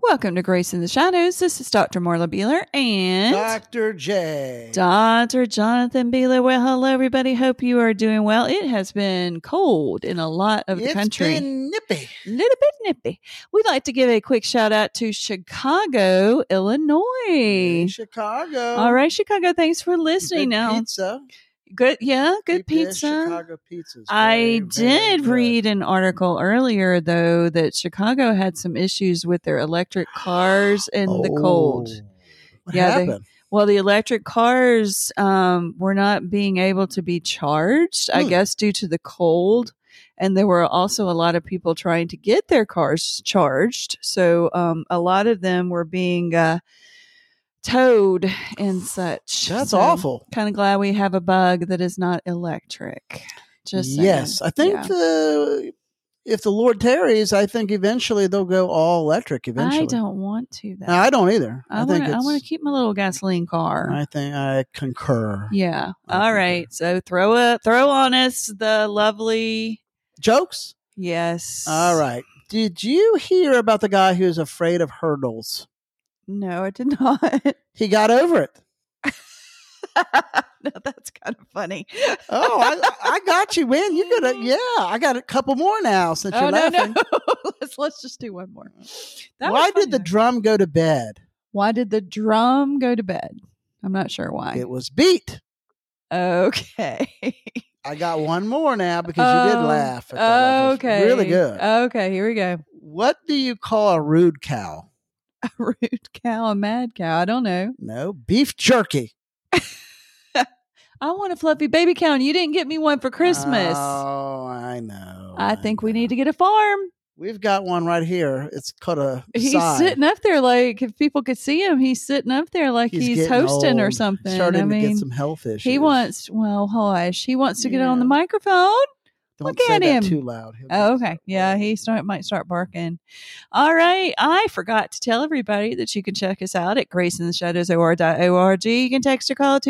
Welcome to Grace in the Shadows. This is Dr. Marla Beeler and Dr. J. Dr. Jonathan Beeler. Well, hello, everybody. Hope you are doing well. It has been cold in a lot of the It's country. been nippy. little bit nippy. We'd like to give a quick shout out to Chicago, Illinois. Chicago. All right, Chicago, thanks for Good listening. now, Pizza. good, yeah, good Good pizza. Chicago pizza. I did read an article earlier, though, that Chicago had some issues with their electric cars and the Oh, cold. What Yeah, they- happened? Well, the electric cars um, were not being able to be charged, I Hmm. guess, due to the cold. And there were also a lot of people trying to get their cars charged. So um, a lot of them were being uh, towed and such. That's So, awful. Kind of glad we have a bug that is not electric. Just saying. yes, I think Yeah. the, if the Lord tarries, I think eventually they'll go all electric. Eventually, I don't want to. Though. No, I don't either. I, I, think want to. I it's. want to keep my little gasoline car. I think I concur. Yeah. I All concur. right. So throw a throw on us the lovely. Jokes. Yes. All right. Did you hear about the guy who's afraid of hurdles? No, I did not. He got over it. no, that's kind of funny. Oh, I, I got you, man. You could, yeah. I got a couple more now since Oh you're no, laughing. no. let's let's just do one more. That was Why funny, did the though. drum go to bed? why did the drum go to bed? I'm not sure why. It was beat. okay. I got one more now because you did Oh, laugh. At that one. It was Okay. Uh, really good. Okay, here we go. what do you call a rude cow? A rude cow, a mad cow. I don't know. No, beef jerky. I want a fluffy baby cow, and you didn't get me one for Christmas. Oh, I know. I think we need to get a farm. We've got one right here. It's called a. He's side. sitting up there like if people could see him, he's sitting up there like He's he's, getting hosting or old. something. Starting I to mean, get some health issues. he wants well, hush. He wants to get on the Yeah. microphone. Don't look say at that him. too loud. He'll Oh, get okay, upset. yeah, he start might start barking. All right, I forgot to tell everybody that you can check us out at graceintheshadowsor.org. You can text or call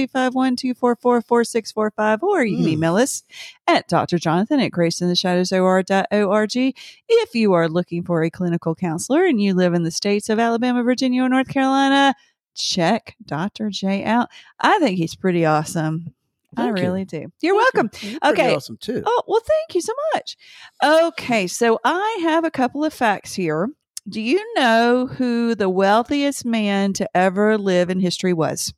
251-244-4645, or you can Hmm. email us at drjonathan at graceintheshadowsor.org. If you are looking for a clinical counselor and you live in the states of Alabama, Virginia, or North Carolina, check Dr. J out. I think he's pretty awesome. Thank I you. really do. You're welcome. You're pretty Okay. awesome too. Oh, well, thank you so much. Okay, so I have a couple of facts here. Do you know who the wealthiest man to ever live in history was?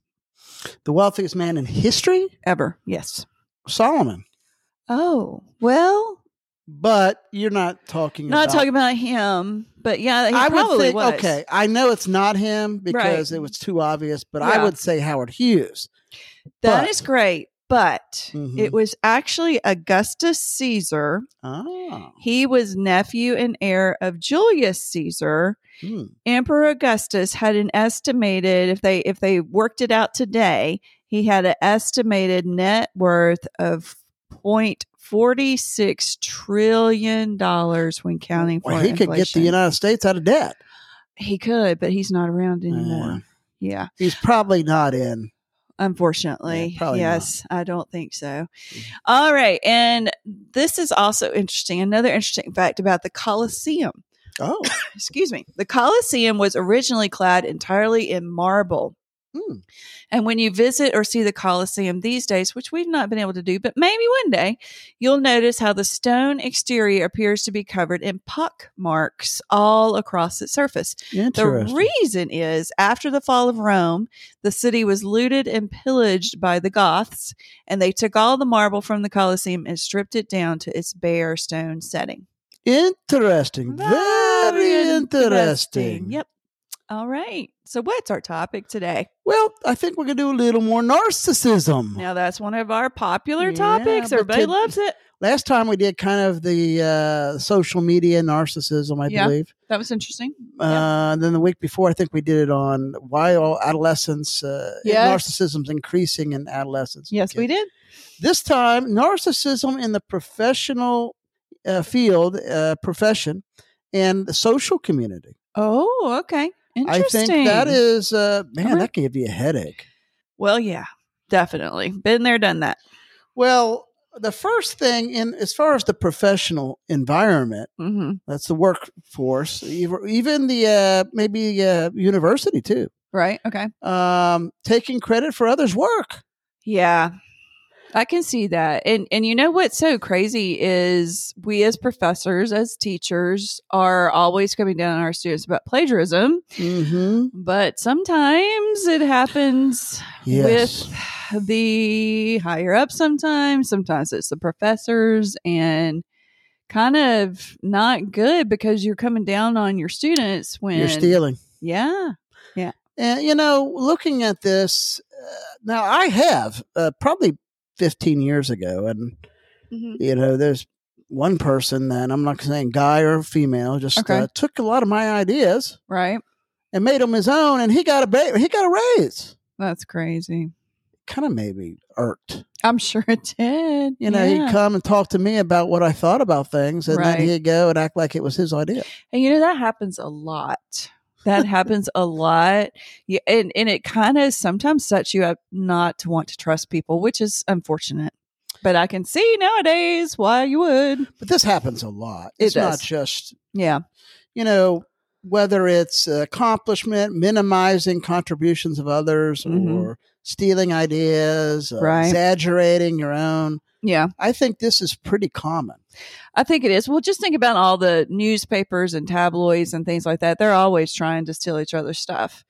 The wealthiest man in history, Ever, yes. Solomon. Oh, well, But you're not talking. not about, talking about him, but yeah, he I probably would think. was. Okay, I know it's not him because Right. it was too obvious. But Yeah. I would say Howard Hughes. That but- is great, but Mhm. it was actually Augustus Caesar. Oh, He was nephew and heir of Julius Caesar. hmm. Emperor Augustus had an estimated if they if they worked it out today, he had an estimated net worth of point forty six trillion dollars when counting for Well, he could get the inflation. United States out of debt. he could, but he's not around anymore. Yeah. yeah, He's probably not in. unfortunately. Yeah, probably not. Mm. yes, I don't think so. All right, and this is also interesting. Another interesting fact about the Colosseum. Oh, excuse me, the Colosseum was originally clad entirely in marble. Hmm. And when you visit or see the Colosseum these days, which we've not been able to do, but maybe one day, you'll notice how the stone exterior appears to be covered in pock marks all across its surface. The interesting. reason is after the fall of Rome, the city was looted and pillaged by the Goths, and they took all the marble from the Colosseum and stripped it down to its bare stone setting. interesting. Very interesting. Yep. All right. So, what's our topic today? Well, I think we're gonna do a little more narcissism. Now, that's one of our popular Mm. Yeah, topics. but Everybody to- loves it. Last time we did kind of the uh, social media narcissism, I Yeah. believe. That was interesting. Uh, and then the week before, I think we did it on why all adolescents, uh, Yes. narcissism's increasing in adolescence. Yes, we did. This time, narcissism in the professional uh, field, uh, profession, and the social community. Oh, okay. I Interesting. think that is, uh, man, Alright. that can give you a headache. Well, yeah, definitely. Been there, done that. Well, the first thing in as far as the professional environment hmm that's the workforce ev- even the uh, maybe uh, university too Right. Okay. um, taking credit for others work Yeah. I can see that. And and you know what's so crazy is we as professors, as teachers, are always coming down on our students about plagiarism. mm-hmm. But sometimes it happens yes with the higher up sometimes. Sometimes it's the professors and kind of not good because you're coming down on your students when you're stealing Yeah. and you know looking at this uh, now i have uh, probably 15 years ago and Mhm. you know there's one person that i'm not saying guy or female just Okay. uh, took a lot of my ideas Right? and made them his own and he got a ba- he got a raise That's crazy. kind of maybe irked I'm sure it did. You know, Yeah. he'd come and talk to me about what I thought about things, and Right. then he'd go and act like it was his idea. And you know that happens a lot. That happens a lot. Yeah, and and it kind of sometimes sets you up not to want to trust people, which is unfortunate. But I can see nowadays why you would. But this happens a lot. It It's not does. just, Yeah. you know, whether it's accomplishment, minimizing contributions of others, Mhm. or stealing ideas, or Right. exaggerating your own. Yeah. I think this is pretty common. I think it is. Well, just think about all the newspapers and tabloids and things like that. They're always trying to steal each other's stuff.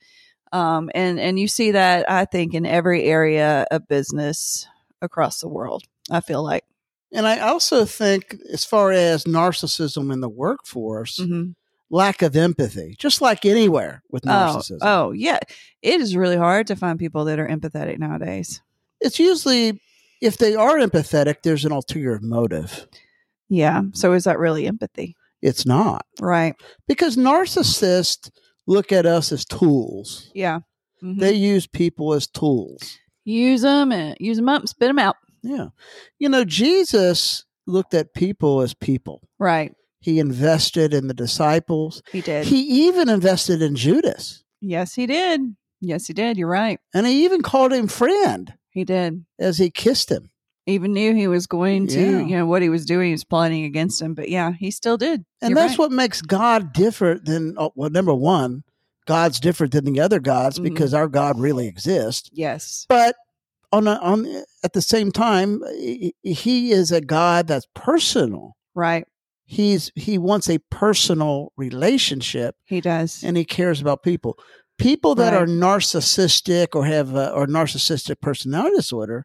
Um, and and you see that I think in every area of business across the world. I feel like. And I also think, as far as narcissism in the workforce, Mm-hmm. lack of empathy, just like anywhere with Oh, narcissism. oh, yeah. It is really hard to find people that are empathetic nowadays. It's usually, if they are empathetic, there's an ulterior motive. Yeah. So is that really empathy? It's not Right. because narcissists look at us as tools. Yeah. Mhm. They use people as tools. use them and use them up, spit them out. Yeah. You know, Jesus looked at people as people. Right. He invested in the disciples. He did. He even invested in Judas. yes, he did. Yes, he did. You're right. And he even called him friend He did. as he kissed him. Even knew he was going to, Yeah. you know, what he was doing he was plotting against him. But yeah, he still did. And You're that's right. what makes God different than, oh, well, number one, God's different than the other gods Mhm. because our God really exists. Yes. but on a, on at the same time he- he is a god that's personal Right. he's he wants a personal relationship He does. and he cares about people people that Right. are narcissistic or have uh, or narcissistic personality disorder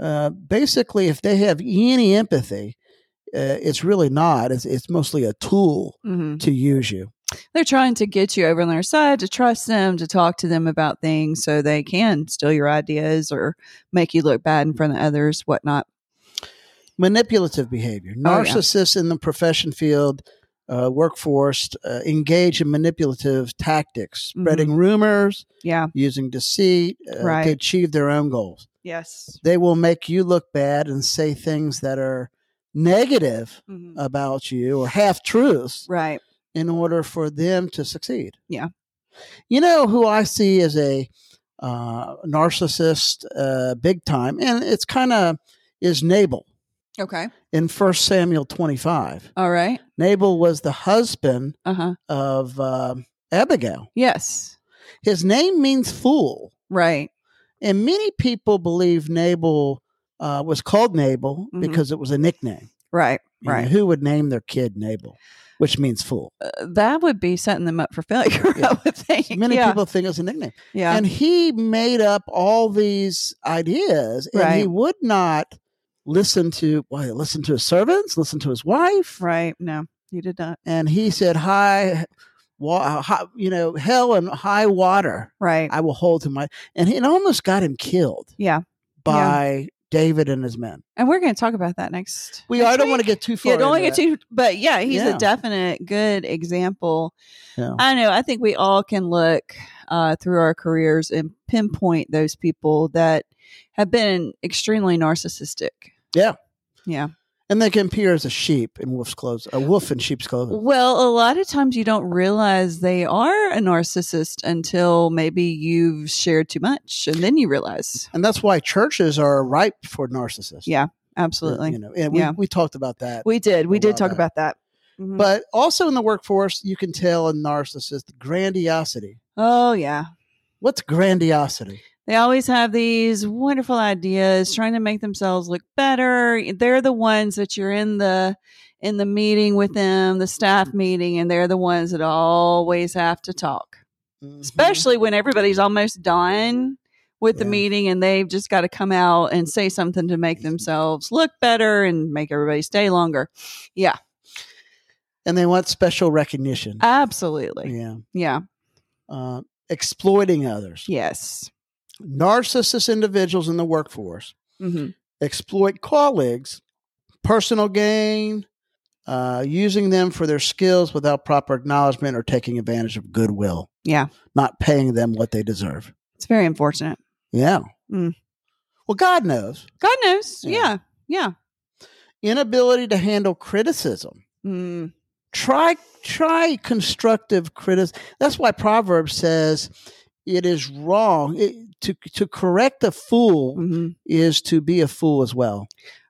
uh, basically if they have any empathy uh, it's really not it's, it's mostly a tool hmm to use you They're trying to get you over on their side to trust them, to talk to them about things so they can steal your ideas or make you look bad in front of others, whatnot. manipulative behavior. Oh, yeah. Narcissists in the profession field, uh, workforce, uh, engage in manipulative tactics, spreading rumors, Yeah. using deceit uh, Mm-hmm. Right. to achieve their own goals. Yes. They will make you look bad and say things that are negative about you or half truths Right. in order for them to succeed. Yeah. You know who I see as a uh, narcissist uh, big time, and it's kind of is Nabal Okay. in 1 Samuel 25. All right. Nabal was the husband Uh huh. of um Abigail. Yes. His name means fool, Right. and many people believe Nabal uh, was called Nabal Mhm. because it was a nickname. Right. You know, Right. who would name their kid Nabal, which means fool? Uh, that would be setting them up for failure, Yeah. I would think. Many yeah. people think it's a nickname. Yeah. And he made up all these ideas, and he Right. would not listen to well, listen to his servants, listen to his wife, right. No, you did not. and he said, "High, wa- high you know, hell and high water." Right. I will hold to my. And it almost got him killed yeah. by David and his men. And we're going to talk about that next. We next I don't want week. to get too far. Yeah, don't into get that. too, but yeah, he's Yeah. a definite good example. Yeah. I know. I think we all can look uh, through our careers and pinpoint those people that have been extremely narcissistic. Yeah. Yeah. And they can appear as a sheep in wolf's clothes, a wolf in sheep's clothing. Well, a lot of times you don't realize they are a narcissist until maybe you've shared too much and then you realize. And that's why churches are ripe for narcissists. Uh, Yeah. absolutely. You know, and we, Yeah. we talked about that. we did. We a did while talk back. about that. Mhm. but also in the workforce, you can tell a narcissist grandiosity. oh yeah, What's grandiosity? They always have these wonderful ideas trying to make themselves look better. They're the ones that you're in the in the meeting with them, the staff meeting, and they're the ones that always have to talk. Mm-hmm. Especially when everybody's almost done with the Yeah. meeting and they've just got to come out and say something to make themselves look better and make everybody stay longer. Yeah, and they want special recognition. Uh, absolutely. yeah, Yeah. uh, exploiting others. Yes. Narcissist individuals in the workforce Mhm. exploit colleagues, personal gain, uh, using them for their skills without proper acknowledgement or taking advantage of goodwill. Yeah. Not paying them what they deserve. It's very unfortunate. Yeah. Mm. Well, God knows. God knows. Yeah. Yeah. Yeah. Inability to handle criticism. Mm. Try try constructive criticism. That's why Proverbs says it is wrong it, to to correct a fool Mhm. is to be a fool as well.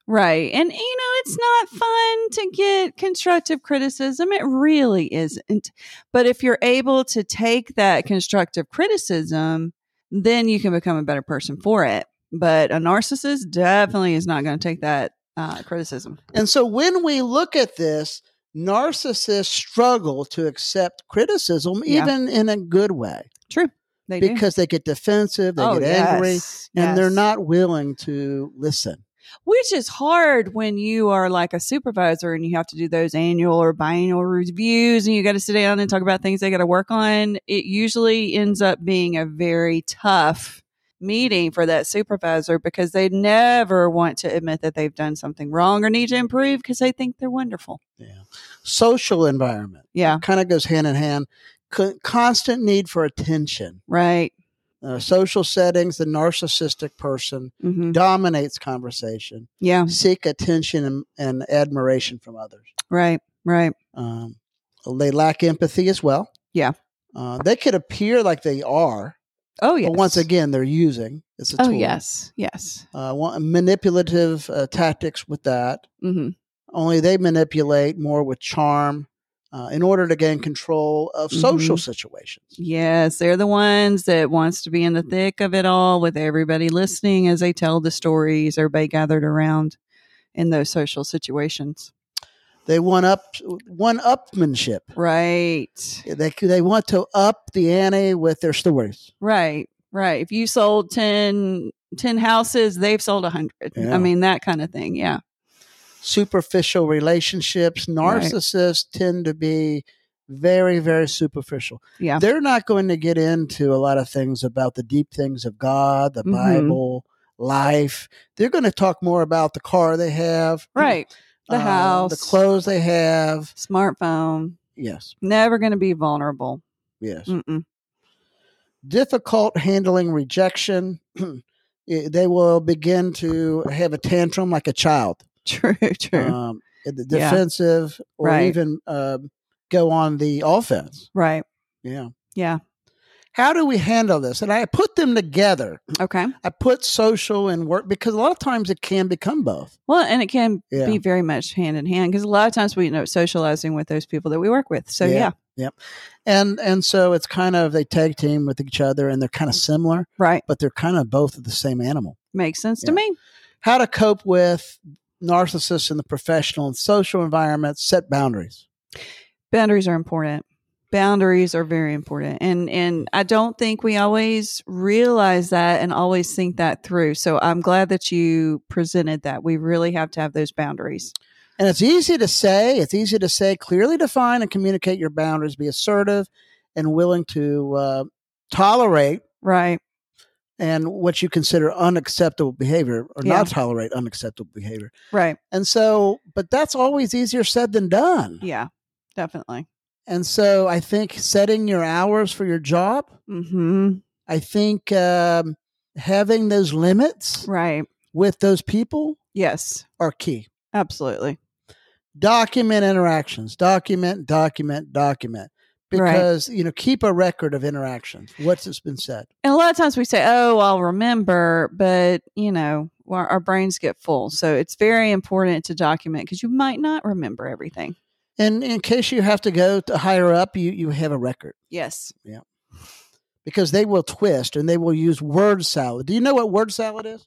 Right. And, you know, it's not fun to get constructive criticism. It really isn't. But if you're able to take that constructive criticism, then you can become a better person for it. But a narcissist definitely is not going to take that uh, criticism. And so when we look at this, narcissists struggle to accept criticism, Yeah. even in a good way, They do. Oh, because they get defensive, they get angry, yes, and they're yes. not willing to listen. which is hard when you are like a supervisor and you have to do those annual or biannual reviews and you got to sit down and talk about things they got to work on. It usually ends up being a very tough meeting for that supervisor because they never want to admit that they've done something wrong or need to improve because they think they're wonderful. Social environment Yeah, kind of goes hand in hand. Co- constant need for attention. right. Uh, social settings, the narcissistic person hmm dominates conversation, Yeah, seek attention and, and admiration from others. right, right. Um, they lack empathy as well. Yeah. Uh, they could appear like they are, Oh, yes. but once again, they're using. It's a oh, tool. yes, yes. Uh, one- manipulative uh, tactics with that. hmm Only they manipulate more with charm uh, in order to gain control of social Mm-hmm. situations. Yes, they're the ones that wants to be in the Mm. thick of it all with everybody listening as they tell the stories, everybody gathered around in those social situations. They want up one upmanship. Right. They they want to up the ante with their stories. Right. Right. If you sold 10, 10 houses, they've sold 100. Yeah. I mean, that kind of thing. Yeah. Superficial relationships. Right. Narcissists tend to be very very superficial. Yeah. they're not going to get into a lot of things about the deep things of God, the Mhm. Bible, life. They're going to talk more about the car they have, Right. The um, house, the clothes they have. smartphone, Yes, never going to be vulnerable. yes. Mm-mm. Difficult handling rejection. Eh, they will begin to have a tantrum like a child, True. True. um, eh, the Yeah. defensive, or Right. even um, go on the offense. right. Yeah. Yeah. How do we handle this? And I put them together. Okay. I put social and work because a lot of times it can become both. Well, and it can Yeah. be very much hand in hand because a lot of times we end up socializing with those people that we work with. So Yeah. yeah, And and so it's kind of they tag team with each other and they're kind of similar, right, but they're kind of both the same animal. makes sense to Yeah. me. How to cope with narcissists in the professional and social environment, set boundaries. Boundaries are important. Boundaries are very important, and and I don't think we always realize that and always think that through. So I'm glad that you presented that. We really have to have those boundaries. And it's easy to say, it's easy to say, clearly define and communicate your boundaries, be assertive and willing to uh, tolerate Right. and what you consider unacceptable behavior or Yeah. not tolerate unacceptable behavior. Right. And so, but that's always easier said than done. Yeah. Definitely. And so I think setting your hours for your job, Hmm. I think um, having those limits Right. with those people Yes. are key. Absolutely. Document interactions, document, document, document. Right. because you know keep a record of interactions. What's it's been said. And a lot of times we say, oh, I'll remember, but you know, our, our brains get full. So it's very important to document because you might not remember everything. And in case you have to go to higher up, you you have a record Yes. because they will twist and they will use word salad. Do you know what word salad is?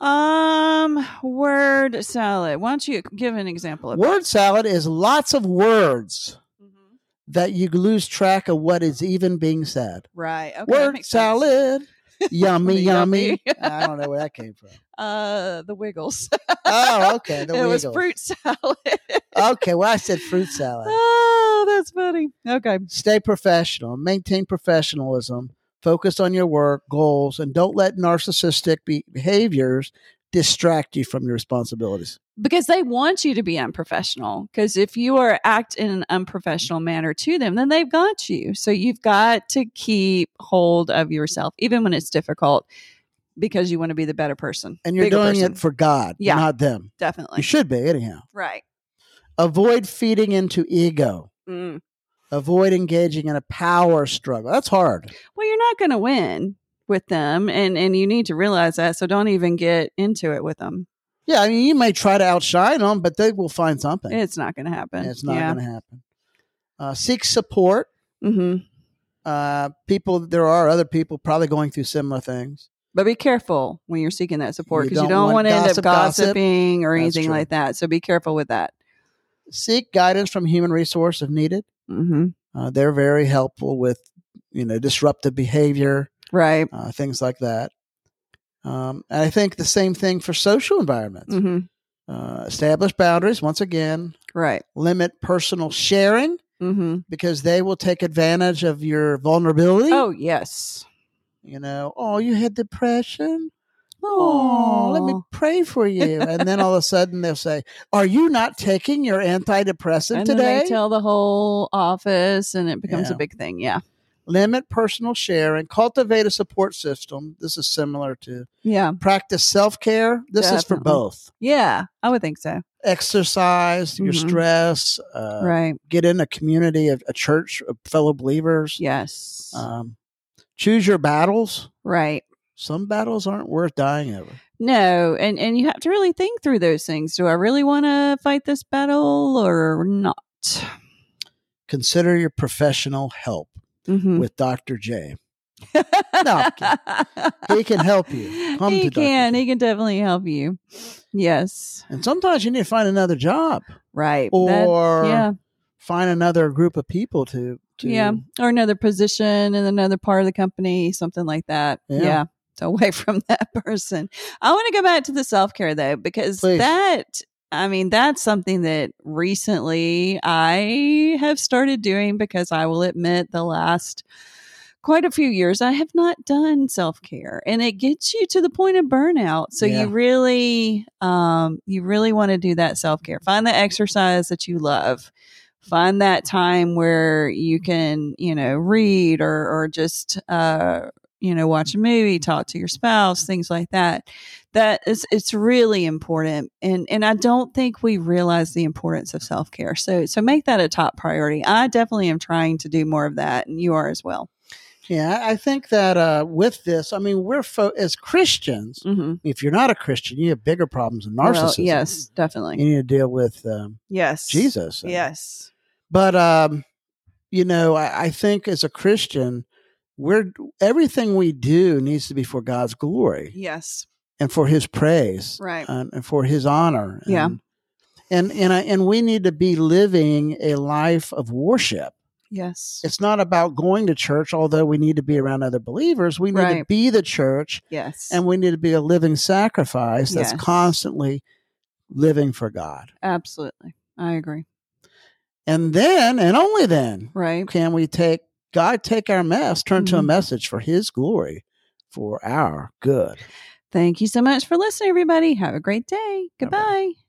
Um, word salad. Why don't you give an example of that? Word salad is lots of words Mhm. that you lose track of what is even being said. Right. Okay. that word makes sense. salad, yummy, Yummy. yummy. I don't know where that came from. Uh, the Wiggles. Oh, okay. The it was Wiggles. fruit salad. Okay, well, I said fruit salad. oh, that's funny. Okay. Stay professional, maintain professionalism, focus on your work, goals, and don't let narcissistic be- behaviors distract you from your responsibilities. because they want you to be unprofessional because if you are act in an unprofessional manner to them then they've got you so you've got to keep hold of yourself even when it's difficult because you want to be the better person And you're bigger doing person. it for God, Yeah. not them. definitely You should be, anyhow. right Avoid feeding into ego. Mm. Avoid engaging in a power struggle. That's hard. well you're not going to win with them and and you need to realize that so don't even get into it with them Yeah, I mean, you may try to outshine them, but they will find something. it's not going to happen It's not yeah going to happen. Uh, seek support. hmm Uh, people, there are other people probably going through similar things. but be careful when you're seeking that support You because you don't don't want want to end up gossip, gossip. gossiping or That's anything true. like that so be careful with that Seek guidance from human resource if needed. hmm Uh, they're very helpful with, you know, disruptive behavior, right uh, things like that. Um, and I think the same thing for social environments. hmm Uh, establish boundaries once again. Mm-hmm. Right. Limit personal sharing Mm-hmm. because they will take advantage of your vulnerability. Oh yes. you know, oh, you had depression. Oh, let me Aw. pray for you. And then all of a sudden they'll say, Are you not taking your antidepressant And today? then they tell the whole office, and it becomes a Yeah. big thing. Yeah. Limit personal sharing, cultivate a support system. This is similar to Yeah. practice self care. This is for Definitely. both Yeah. I would think so. exercise, your Mhm. stress, uh, right. get in a community, of a church of fellow believers. Yes. Um, choose your battles. right. Some battles aren't worth dying over. No, and and you have to really think through those things. Do I really want to fight this battle or not? Consider your professional help. Mm-hmm. with Dr. J. No, He can help you. Come he to Dr. can. J. He can definitely help you. Yes. And sometimes you need to find another job Right. That- or yeah. find another group of people to, to yeah or another position in another part of the company something like that yeah, Yeah. So away from that person i want to go back to the self-care though because Please. that i mean that's something that recently i have started doing because i will admit the last quite a few years i have not done self-care and it gets you to the point of burnout so Yeah. you really um, you really want to do that self-care find the exercise that you love find that time where you can you know read or or just uh you know watch a movie talk to your spouse things like that that is it's really important and and i don't think we realize the importance of self-care so so make that a top priority i definitely am trying to do more of that and you are as well Yeah, I think that uh, with this, I mean, we're fo- as Christians. mm-hmm. If you're not a Christian, you have bigger problems than narcissism. yes you definitely need to deal with um, yes Jesus. yes but um, you know, I, I think as a Christian, we're everything we do needs to be for God's glory yes and for His praise. right and, and for his honor. And, Yeah. And and I, and we need to be living a life of worship. yes It's not about going to church, although we need to be around other believers. We need to Right. be the church, yes and we need to be a living sacrifice that's Yes. constantly living for God. absolutely i agree And then, and only then, right can we take God take our mess, turn to a Mhm. message for His glory, for our good. Thank you so much for listening, everybody. Have a great day. Bye-bye. Goodbye.